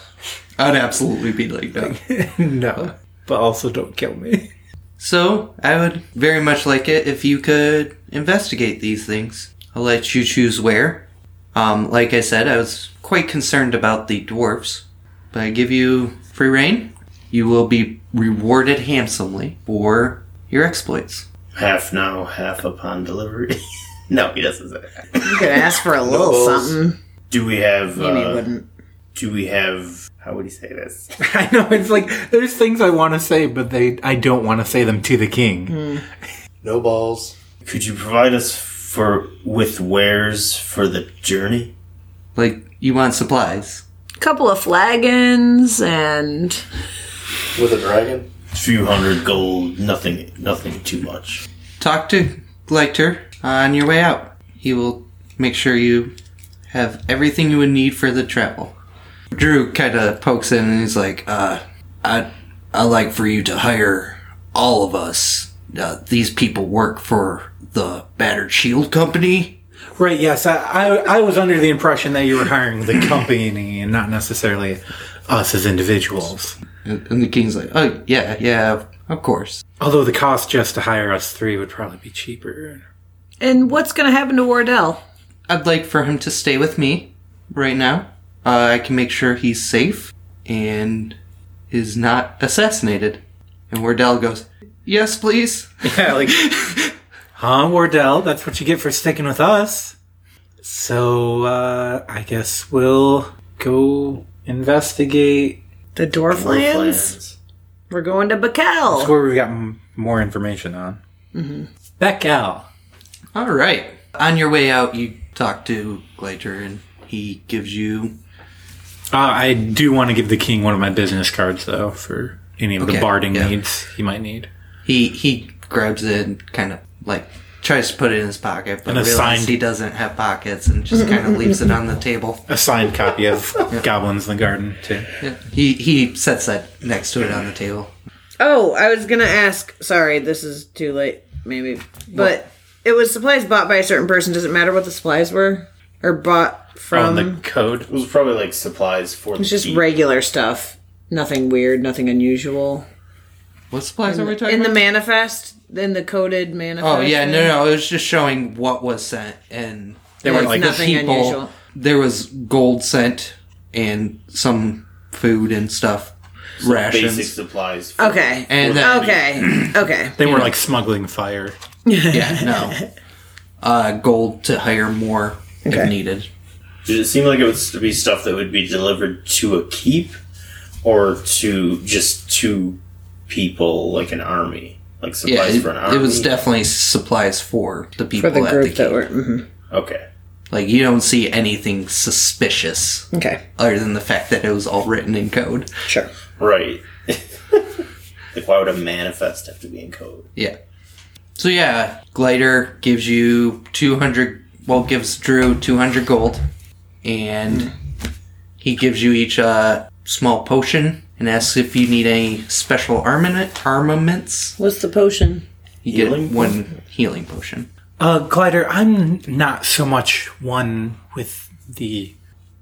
S2: I'd absolutely be like that.
S1: no, but also don't kill me.
S2: So, I would very much like it if you could investigate these things. I'll let you choose where. Um, like I said, I was quite concerned about the dwarfs, but I give you free reign. You will be rewarded handsomely for your exploits.
S4: Half now, half upon delivery. no, he doesn't say that.
S3: You could ask for a little
S4: Those.
S3: something.
S4: Do we have.
S3: Maybe you
S4: Uh,
S3: wouldn't.
S4: do we have. How would he say this?
S1: I know it's like there's things I want to say, but they I don't want to say them to the king.
S5: No balls.
S4: Could you provide us for with wares for the journey?
S2: Like, you want supplies.
S3: Couple of flagons and
S5: With a dragon?
S4: Few hundred gold, nothing, nothing too much.
S2: Talk to Gleiter on your way out. He will make sure you have everything you would need for the travel. Drew kind of pokes in and he's like, uh, I'd, i like for you to hire all of us. Uh, these people work for the Battered Shield Company.
S1: Right? Yes, I, I I was under the impression that you were hiring the company and not necessarily us as individuals.
S2: And and the king's like, oh, yeah, yeah, of course.
S1: Although the cost just to hire us three would probably be cheaper.
S3: and what's going to happen to Wardell?
S2: I'd like for him to stay with me right now. Uh, I can make sure he's safe and is not assassinated. And Wardell goes, Yes, please.
S1: Yeah, like, huh, Wardell? That's what you get for sticking with us. So, uh, I guess we'll go investigate.
S3: The Dwarflands?
S4: Plans.
S3: We're going to Bakel.
S1: where we got m- more information on. Mm-hmm. Beckel.
S2: All right. On your way out, you talk to Glater and he gives you.
S1: Uh, I do want to give the king one of my business cards, though, for any of the
S2: Okay,
S1: barding
S2: yeah.
S1: needs he might need.
S2: He he grabs it and kind of like tries to put it in his pocket, but
S1: An
S2: realizes
S1: assigned-
S2: he doesn't have pockets and just kind of leaves it on the table.
S1: A signed copy of Goblins in the Garden, too.
S2: He he sets that next to it on the table.
S3: Oh, I was going to ask. Sorry, this is too late, maybe. But it was supplies bought by a certain person. Does it matter what the supplies were? Or bought
S1: On
S3: from?
S2: Um,
S1: the code.
S4: It was probably like supplies for
S3: It's just
S4: the
S3: regular stuff. Nothing weird, nothing unusual.
S2: What supplies are we talking
S3: In
S2: about?
S3: the manifest, in the coded manifest.
S2: Oh yeah, no, no, it was just showing what was sent, and there
S1: were, like,
S3: nothing unusual.
S2: There was gold sent and some food and stuff, rations,
S4: basic supplies.
S2: Oh.
S4: For
S3: Okay.
S2: and then,
S3: Okay. okay.
S1: They were like smuggling fire.
S2: yeah, no, uh, gold to hire more if
S3: Okay.
S2: needed.
S4: Did it seem like it was to be stuff that would be delivered to a keep, or to just to people, like an army, like
S2: Yeah,
S4: supplies
S2: it,
S4: for an army?
S2: it was definitely supplies for the people
S3: For the
S2: at
S3: group
S2: the
S3: that
S2: camp.
S3: were. mhm.
S4: okay.
S2: Like you don't see anything suspicious
S3: Okay.
S2: other than the fact that it was all written in code.
S3: Sure.
S4: Right. like, why would a manifest have to be in code?
S2: Yeah. So yeah, glider gives you 200 well gives Drew 200 gold and he gives you each uh small potion and asks if you need any special armament armaments.
S3: What's the potion?
S2: You get
S4: Healing
S2: one healing potion.
S1: Uh, Glider, I'm not so much one with the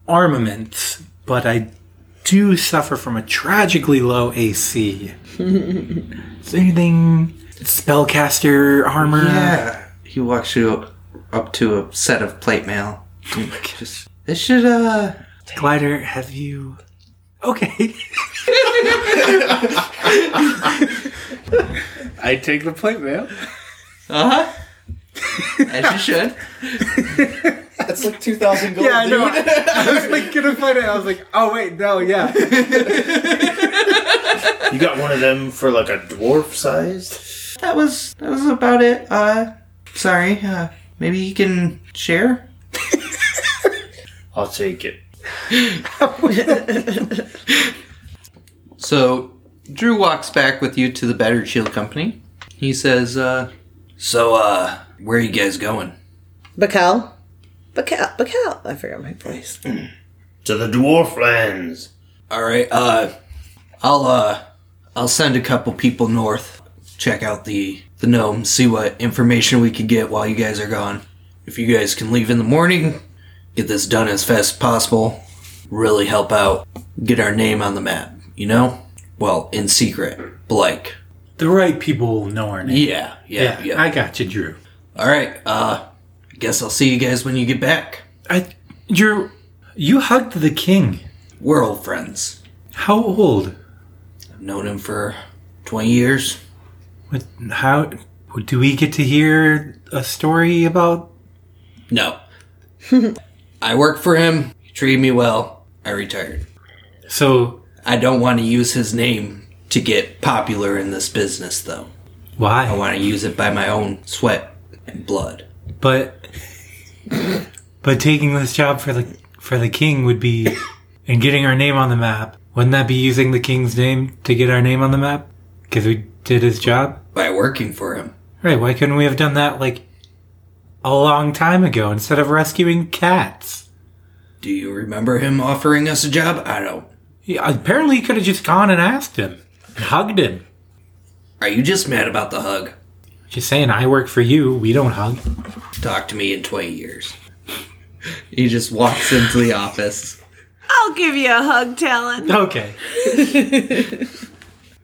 S1: armaments, but I do suffer from a tragically low AC. Is there anything spellcaster armor?
S2: Yeah. Uh, He walks you up to a set of plate mail. Just, this should uh
S1: Glider, have you? Okay.
S6: I take the plate mail.
S2: Uh-huh. As you should.
S7: That's like 2,000 gold.
S6: Yeah, I know. I was like gonna find it. I was like, oh wait, no, yeah.
S4: You got one of them for like a dwarf sized?
S2: That was that was about it. Uh sorry, uh maybe you can share?
S4: I'll take it.
S2: So Drew walks back with you to the Battered Shield Company. He says, uh So uh where are you guys going?
S3: Bacal? Bacal, Bacal. I forgot my voice.
S4: To the dwarf lands.
S2: Alright, uh I'll uh I'll send a couple people north, check out the the gnome, see what information we can get while you guys are gone. If you guys can leave in the morning, get this done as fast as possible, really help out, get our name on the map, you know? Well, in secret. Blake.
S1: The right people will know our name.
S2: Yeah, yeah, yeah.
S1: I got you, Drew.
S2: Alright, uh I guess I'll see you guys when you get back.
S1: I, Drew, you hugged the king.
S2: We're old friends.
S1: How old?
S2: I've known him for twenty years.
S1: What- How do we get to hear a story about?
S2: No. I worked for him. He treated me well. I retired.
S1: So
S2: I don't want to use his name to get popular in this business, though.
S1: why?
S2: I want to use it by my own sweat and blood.
S1: but but taking this job for the for the king would be and getting our name on the map wouldn't that be using the king's name to get our name on the map because we did his job
S2: By working for him.
S1: right why couldn't we have done that like a long time ago instead of rescuing cats
S2: Do you remember him offering us a job? I don't.
S1: he, apparently he could have just gone and asked him and hugged him
S2: Are you just mad about the hug?
S1: just saying i work for you we don't hug
S2: Talk to me in 20 years. he just walks into the office.
S3: I'll give you a hug, Talon.
S1: okay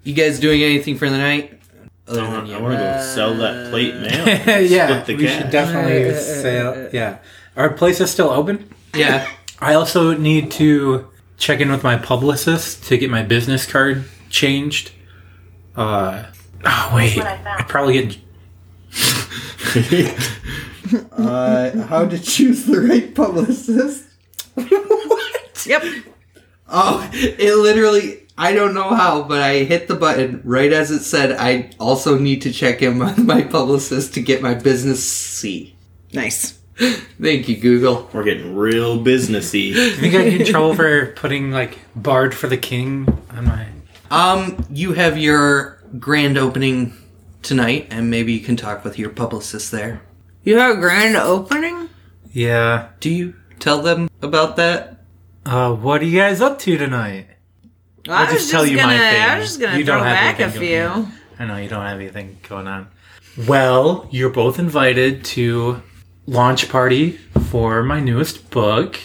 S2: You guys doing anything for the night? Other
S4: I
S2: than
S4: want,
S2: you.
S4: I want to go sell that plate now.
S1: yeah
S4: Split the
S1: we
S4: cat.
S1: should definitely sell yeah our place is still open
S2: Yeah.
S1: I also need to check in with my publicist to get my business card changed. Uh, oh wait, I probably get
S6: Uh, how to choose the right publicist?
S8: Yep.
S2: Oh, it literally. I don't know how, but I hit the button right as it said. I also need to check in with my publicist to get my business C.
S8: Nice.
S2: Thank you, Google.
S4: We're getting real businessy.
S1: I think I get in trouble for putting like "Bard for the King" on my.
S2: Um, you have your grand opening tonight, and maybe you can talk with your publicist there.
S8: You have a grand opening?
S1: Yeah.
S2: Do you tell them about that?
S1: Uh, what are you guys up to tonight?
S8: Well,
S1: I'll
S8: I was
S1: just tell you
S8: gonna,
S1: my
S8: I
S1: thing.
S8: was just gonna
S1: You
S8: throw
S1: don't have
S8: back a
S1: anything
S8: few.
S1: going I know you don't have anything going on. Well, you're both invited to launch party for my newest book.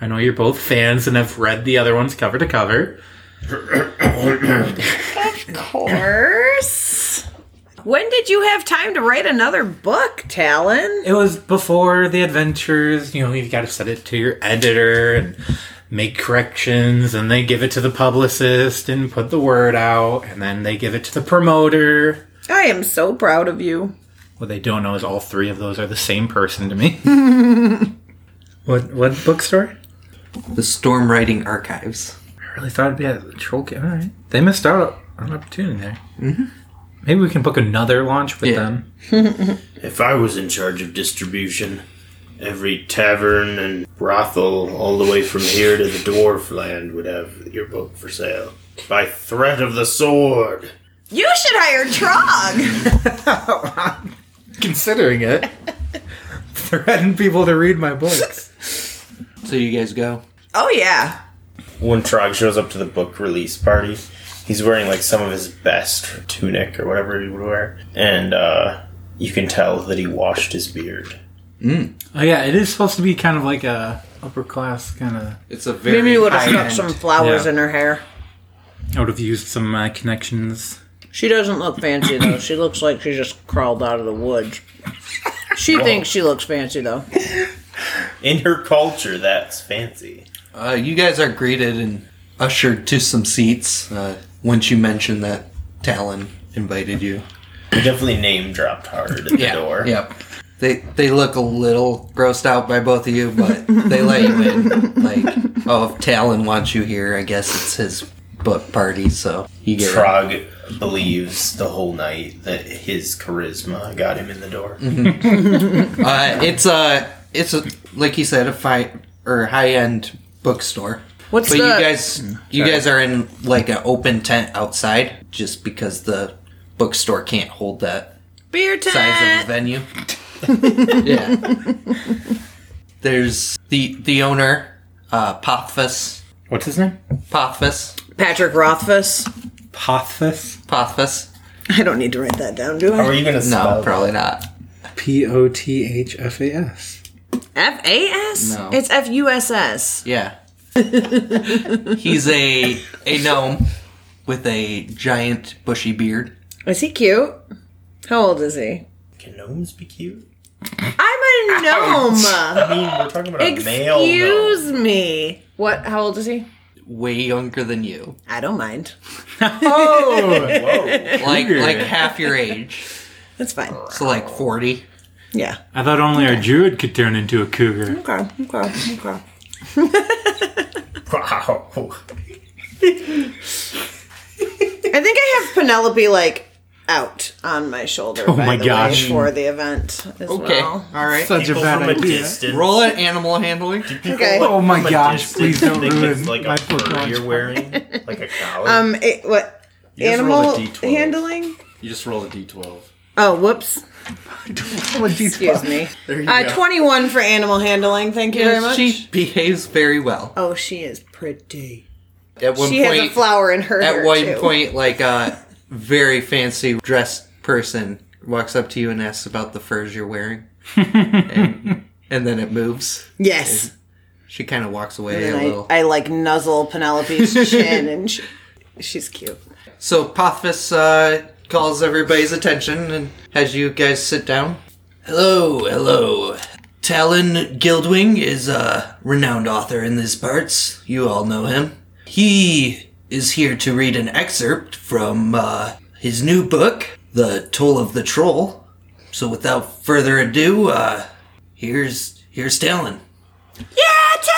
S1: I know you're both fans and have read the other ones cover to cover.
S8: course. When did you have time to write another book, Talon?
S1: it was before the adventures you know you've got to send it to your editor and make corrections and they give it to the publicist and put the word out and then they give it to the promoter
S3: I am so proud of you.
S1: what they don't know is all three of those are the same person to me what what bookstore
S2: The Storm Writing Archives.
S1: i really thought it'd be a troll ca- all right they missed out on an opportunity there maybe we can book another launch with
S2: Yeah.
S1: them
S4: if I was in charge of distribution, every tavern and brothel all the way from here to the dwarf land would have your book for sale. By threat of the sword.
S3: You should hire Trog.
S1: considering it threaten people to read my books
S2: So you guys go.
S3: oh yeah.
S4: when Trog shows up to the book release party, he's wearing like some of his best or tunic or whatever he would wear, and uh, you can tell that he washed his beard.
S1: Oh yeah, it is supposed to be kind of like a upper class kind of.
S9: It's a very
S3: Mimi would have
S9: high
S3: stuck
S9: end.
S3: some flowers
S1: Yeah.
S3: in her hair.
S1: I would have used some uh, connections.
S3: She doesn't look fancy though. She looks like she just crawled out of the woods. She thinks she looks fancy though.
S4: In her culture, that's fancy.
S2: Uh, you guys are greeted and ushered to some seats uh, once you mention that Talon invited you.
S4: We definitely name dropped hard at the door.
S2: Yep. They they look a little grossed out by both of you, but they let you in. Like, oh, if Talon wants you here, I guess it's his book party, so you get it.
S4: Trog believes the whole night that his charisma got him in the door.
S1: Mm-hmm.
S2: Uh, it's a it's a like you said a fi- or high end bookstore.
S3: What's
S2: but
S3: the-
S2: you guys you guys are in like an open tent outside just because the bookstore can't hold that
S3: Beer
S2: size
S3: tent.
S2: of a venue. yeah. There's the the owner, uh Pothfus.
S1: What's his name?
S2: Pothfus.
S3: Patrick Rothfuss.
S1: Pothos.
S2: Pothfus.
S3: I don't need to write that down, do
S4: How are
S3: I?
S4: you gonna
S2: No,
S4: spell that?
S2: probably not.
S1: P O T H F A S.
S3: F A S.
S2: No.
S3: It's F U S S.
S2: Yeah. He's a a gnome with a giant bushy beard.
S3: Is he cute? How old is he?
S4: Can gnomes be cute?
S3: I'm a gnome.
S4: I mean, we're talking about a male gnome.
S3: Excuse me. What? How old is he?
S2: Way younger than you.
S3: I don't mind.
S1: Oh,
S4: Whoa.
S2: Like like half your age.
S3: That's fine.
S2: So like forty.
S3: Yeah.
S1: I thought only our druid could turn into a cougar.
S3: Okay. Okay. Okay.
S4: Wow.
S3: I think I have Penelope like out on my shoulder. Oh
S1: my
S3: my
S1: gosh.
S3: gosh! for the event as
S2: Okay.
S3: well.
S2: Alright.
S1: Such
S4: People
S1: a bad
S4: from a
S1: idea.
S4: distance.
S2: Roll at animal handling.
S3: Okay.
S1: Oh my
S4: From a
S1: gosh!
S4: distance,
S1: Please don't
S4: think
S1: ruin
S4: it's like
S1: my
S4: a fur
S1: football.
S4: you're wearing, like a collar.
S3: Um. It, what?
S9: You just rolled
S3: animal
S9: a D12.
S3: handling.
S9: You just roll a d12.
S3: Oh, whoops.
S1: Excuse
S3: Excuse me.
S9: There you
S3: Uh,
S9: go.
S3: Twenty-one for animal handling. Thank you very much.
S2: She behaves very well.
S3: oh, she is pretty.
S2: At one
S3: She
S2: point
S3: has a flower in her
S2: at
S3: hair,
S2: one
S3: too.
S2: point like a very fancy dressed person walks up to you and asks about the furs you're wearing. and, and then it moves.
S3: Yes.
S2: She kind of walks away a
S3: And
S2: little.
S3: I, I like nuzzle Penelope's chin, and she, she's cute.
S2: So Pothfus uh, calls everybody's attention and has you guys sit down. Hello, hello. Talon Guildwing is a renowned author in these parts. You all know him. He is here to read an excerpt from uh, his new book, The Toll of the Troll. So without further ado, uh, here's here's Talon.
S3: Yeah,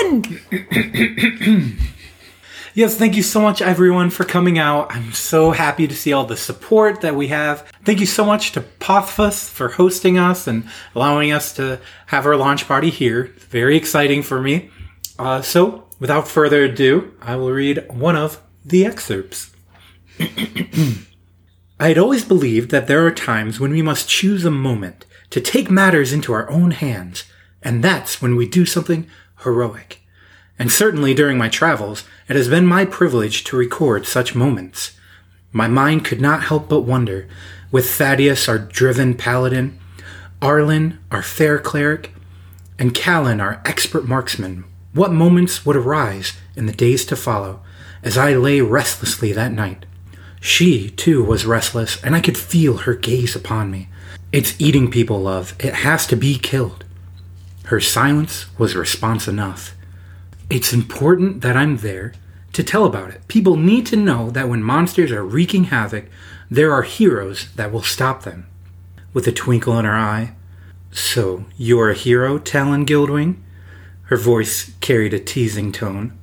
S3: Talon.
S1: Yes, thank you so much, everyone, for coming out. I'm so happy to see all the support that we have. Thank you so much to Pothfus for hosting us and allowing us to have our launch party here. It's very exciting for me. Uh, so, without further ado, I will read one of the excerpts. I had always believed that there are times when we must choose a moment to take matters into our own hands, and that's when we do something heroic and certainly during my travels, it has been my privilege to record such moments. My mind could not help but wonder, with Thaddeus, our driven paladin, Arlen, our fair cleric, and Callan, our expert marksman, what moments would arise in the days to follow as I lay restlessly that night. She, too, was restless, and I could feel her gaze upon me. It's eating people, love. It has to be killed. Her silence was response enough. It's important that I'm there to tell about it. People need to know that when monsters are wreaking havoc, there are heroes that will stop them. With a twinkle in her eye, so you're a hero, Talon Guildwing? Her voice carried a teasing tone.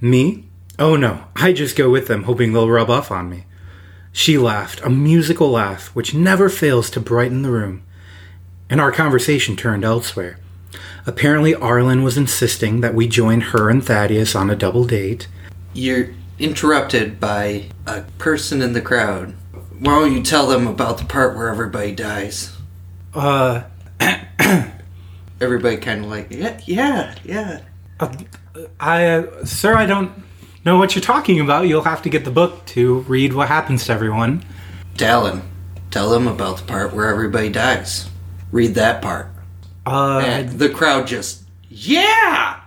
S1: Me? Oh no, I just go with them, hoping they'll rub off on me. She laughed, a musical laugh which never fails to brighten the room. And our conversation turned elsewhere. Apparently, Arlen was insisting that we join her and Thaddeus on a double date.
S2: You're interrupted by a person in the crowd. Why don't you tell them about the part where everybody dies?
S1: Uh,
S2: Everybody kind of like, yeah, yeah, yeah.
S1: Uh, I, uh, sir, I don't know what you're talking about. You'll have to get the book to read what happens to everyone.
S2: Dallin, tell them about the part where everybody dies. Read that part.
S1: Uh,
S2: And the crowd just, yeah,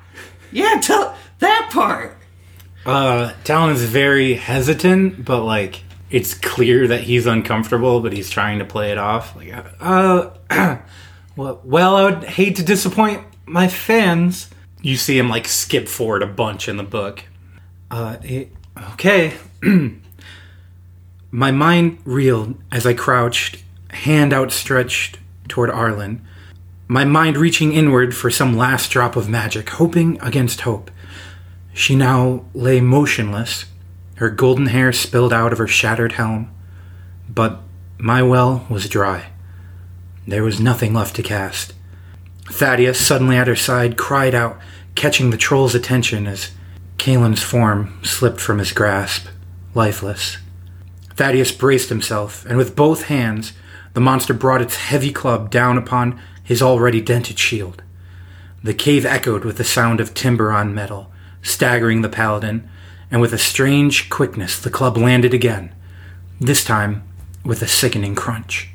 S2: yeah, tell that part.
S1: uh, Talon is very hesitant, but like it's clear that he's uncomfortable, but he's trying to play it off. Like, uh, well, well, I would hate to disappoint my fans. You see him like skip forward a bunch in the book. Uh, it, okay. my mind reeled as I crouched, hand outstretched toward Arlen. My mind reaching inward for some last drop of magic, hoping against hope. She now lay motionless, her golden hair spilled out of her shattered helm. But my well was dry. There was nothing left to cast. Thaddeus, suddenly at her side, cried out, catching the troll's attention as Kaelin's form slipped from his grasp, lifeless. Thaddeus braced himself, and with both hands, the monster brought its heavy club down upon his already dented shield. The cave echoed with the sound of timber on metal, staggering the paladin, and with a strange quickness the club landed again, this time with a sickening crunch.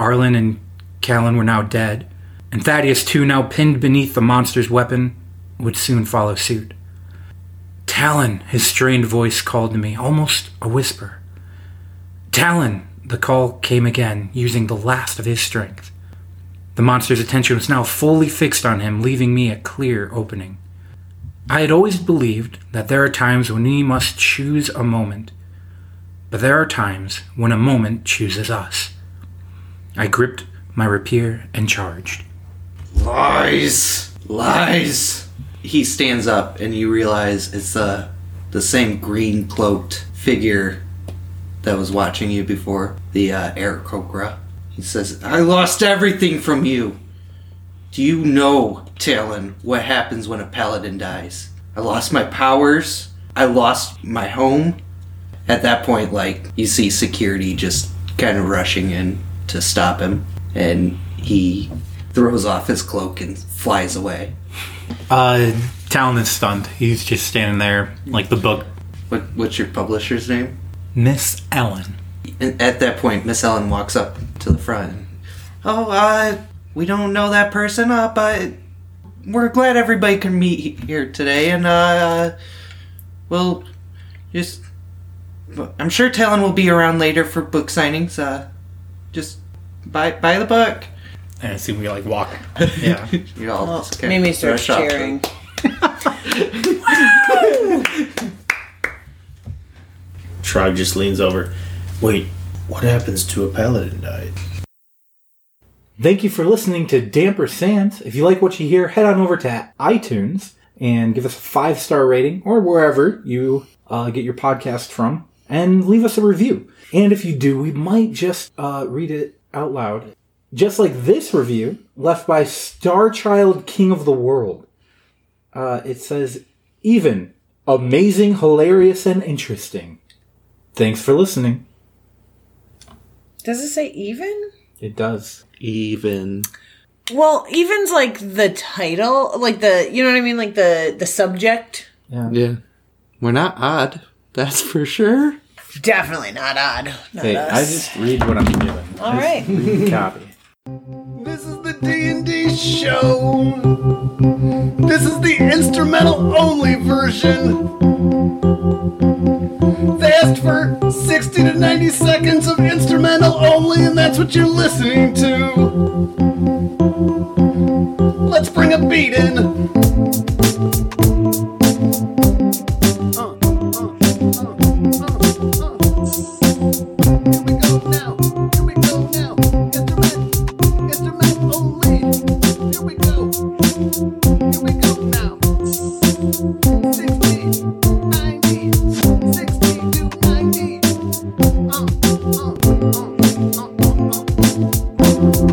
S1: Arlen and Callan were now dead, and Thaddeus, too, now pinned beneath the monster's weapon, would soon follow suit. Talon, his strained voice called to me, almost a whisper. Talon! The call came again, using the last of his strength. The monster's attention was now fully fixed on him, leaving me a clear opening. I had always believed that there are times when we must choose a moment, but there are times when a moment chooses us. I gripped my rapier and charged.
S2: Lies, lies. He stands up, and you realize it's the the same green cloaked figure that was watching you before the uh, air cobra. He says, "I lost everything from you. Do you know, Talon, what happens when a paladin dies? I lost my powers. I lost my home. At that point, like you see security just kind of rushing in to stop him, and he throws off his cloak and flies away.
S1: Uh, Talon is stunned. He's just standing there, like the book.
S2: What what's your publisher's name?
S1: Miss Ellen.
S2: And at that point, Miss Ellen walks up to the front. and, oh, uh, we don't know that person, uh, but we're glad everybody can meet here today, and uh, we'll just. I'm sure Talon will be around later for book signings. Uh, just buy buy the book.
S1: And I see we like walk. Yeah.
S2: You all just kinda
S3: Mimi starts
S2: rush off.
S3: cheering.
S4: Trog just leans over. Wait, what happens to a paladin died?
S1: Thank you for listening to Damper Sands. If you like what you hear, head on over to iTunes and give us a five star rating or wherever you uh, get your podcast from and leave us a review. And if you do, we might just uh, read it out loud. Just like this review left by Starchild King of the World. Uh, it says, even amazing, hilarious, and interesting. Thanks for listening.
S3: Does it say even?
S1: It does.
S5: Even.
S3: Well, even's like the title, like the you know what I mean, like the the subject.
S5: Yeah. We're not odd. That's for sure.
S3: Definitely not odd. Not
S1: Hey,
S3: us.
S1: I just read what I'm doing.
S3: All right.
S1: Copy.
S5: This is the D&D show. This is the instrumental only version. They asked for 60 to 90 seconds of instrumental only and that's what you're listening to. Let's bring a beat in. Uh, uh, uh, uh, uh. Here we go now. Here we go now. Instrument, instrument only. Here we go. Here we go now. 60, 90, 60 to 90. Uh, uh, uh, uh, uh, uh.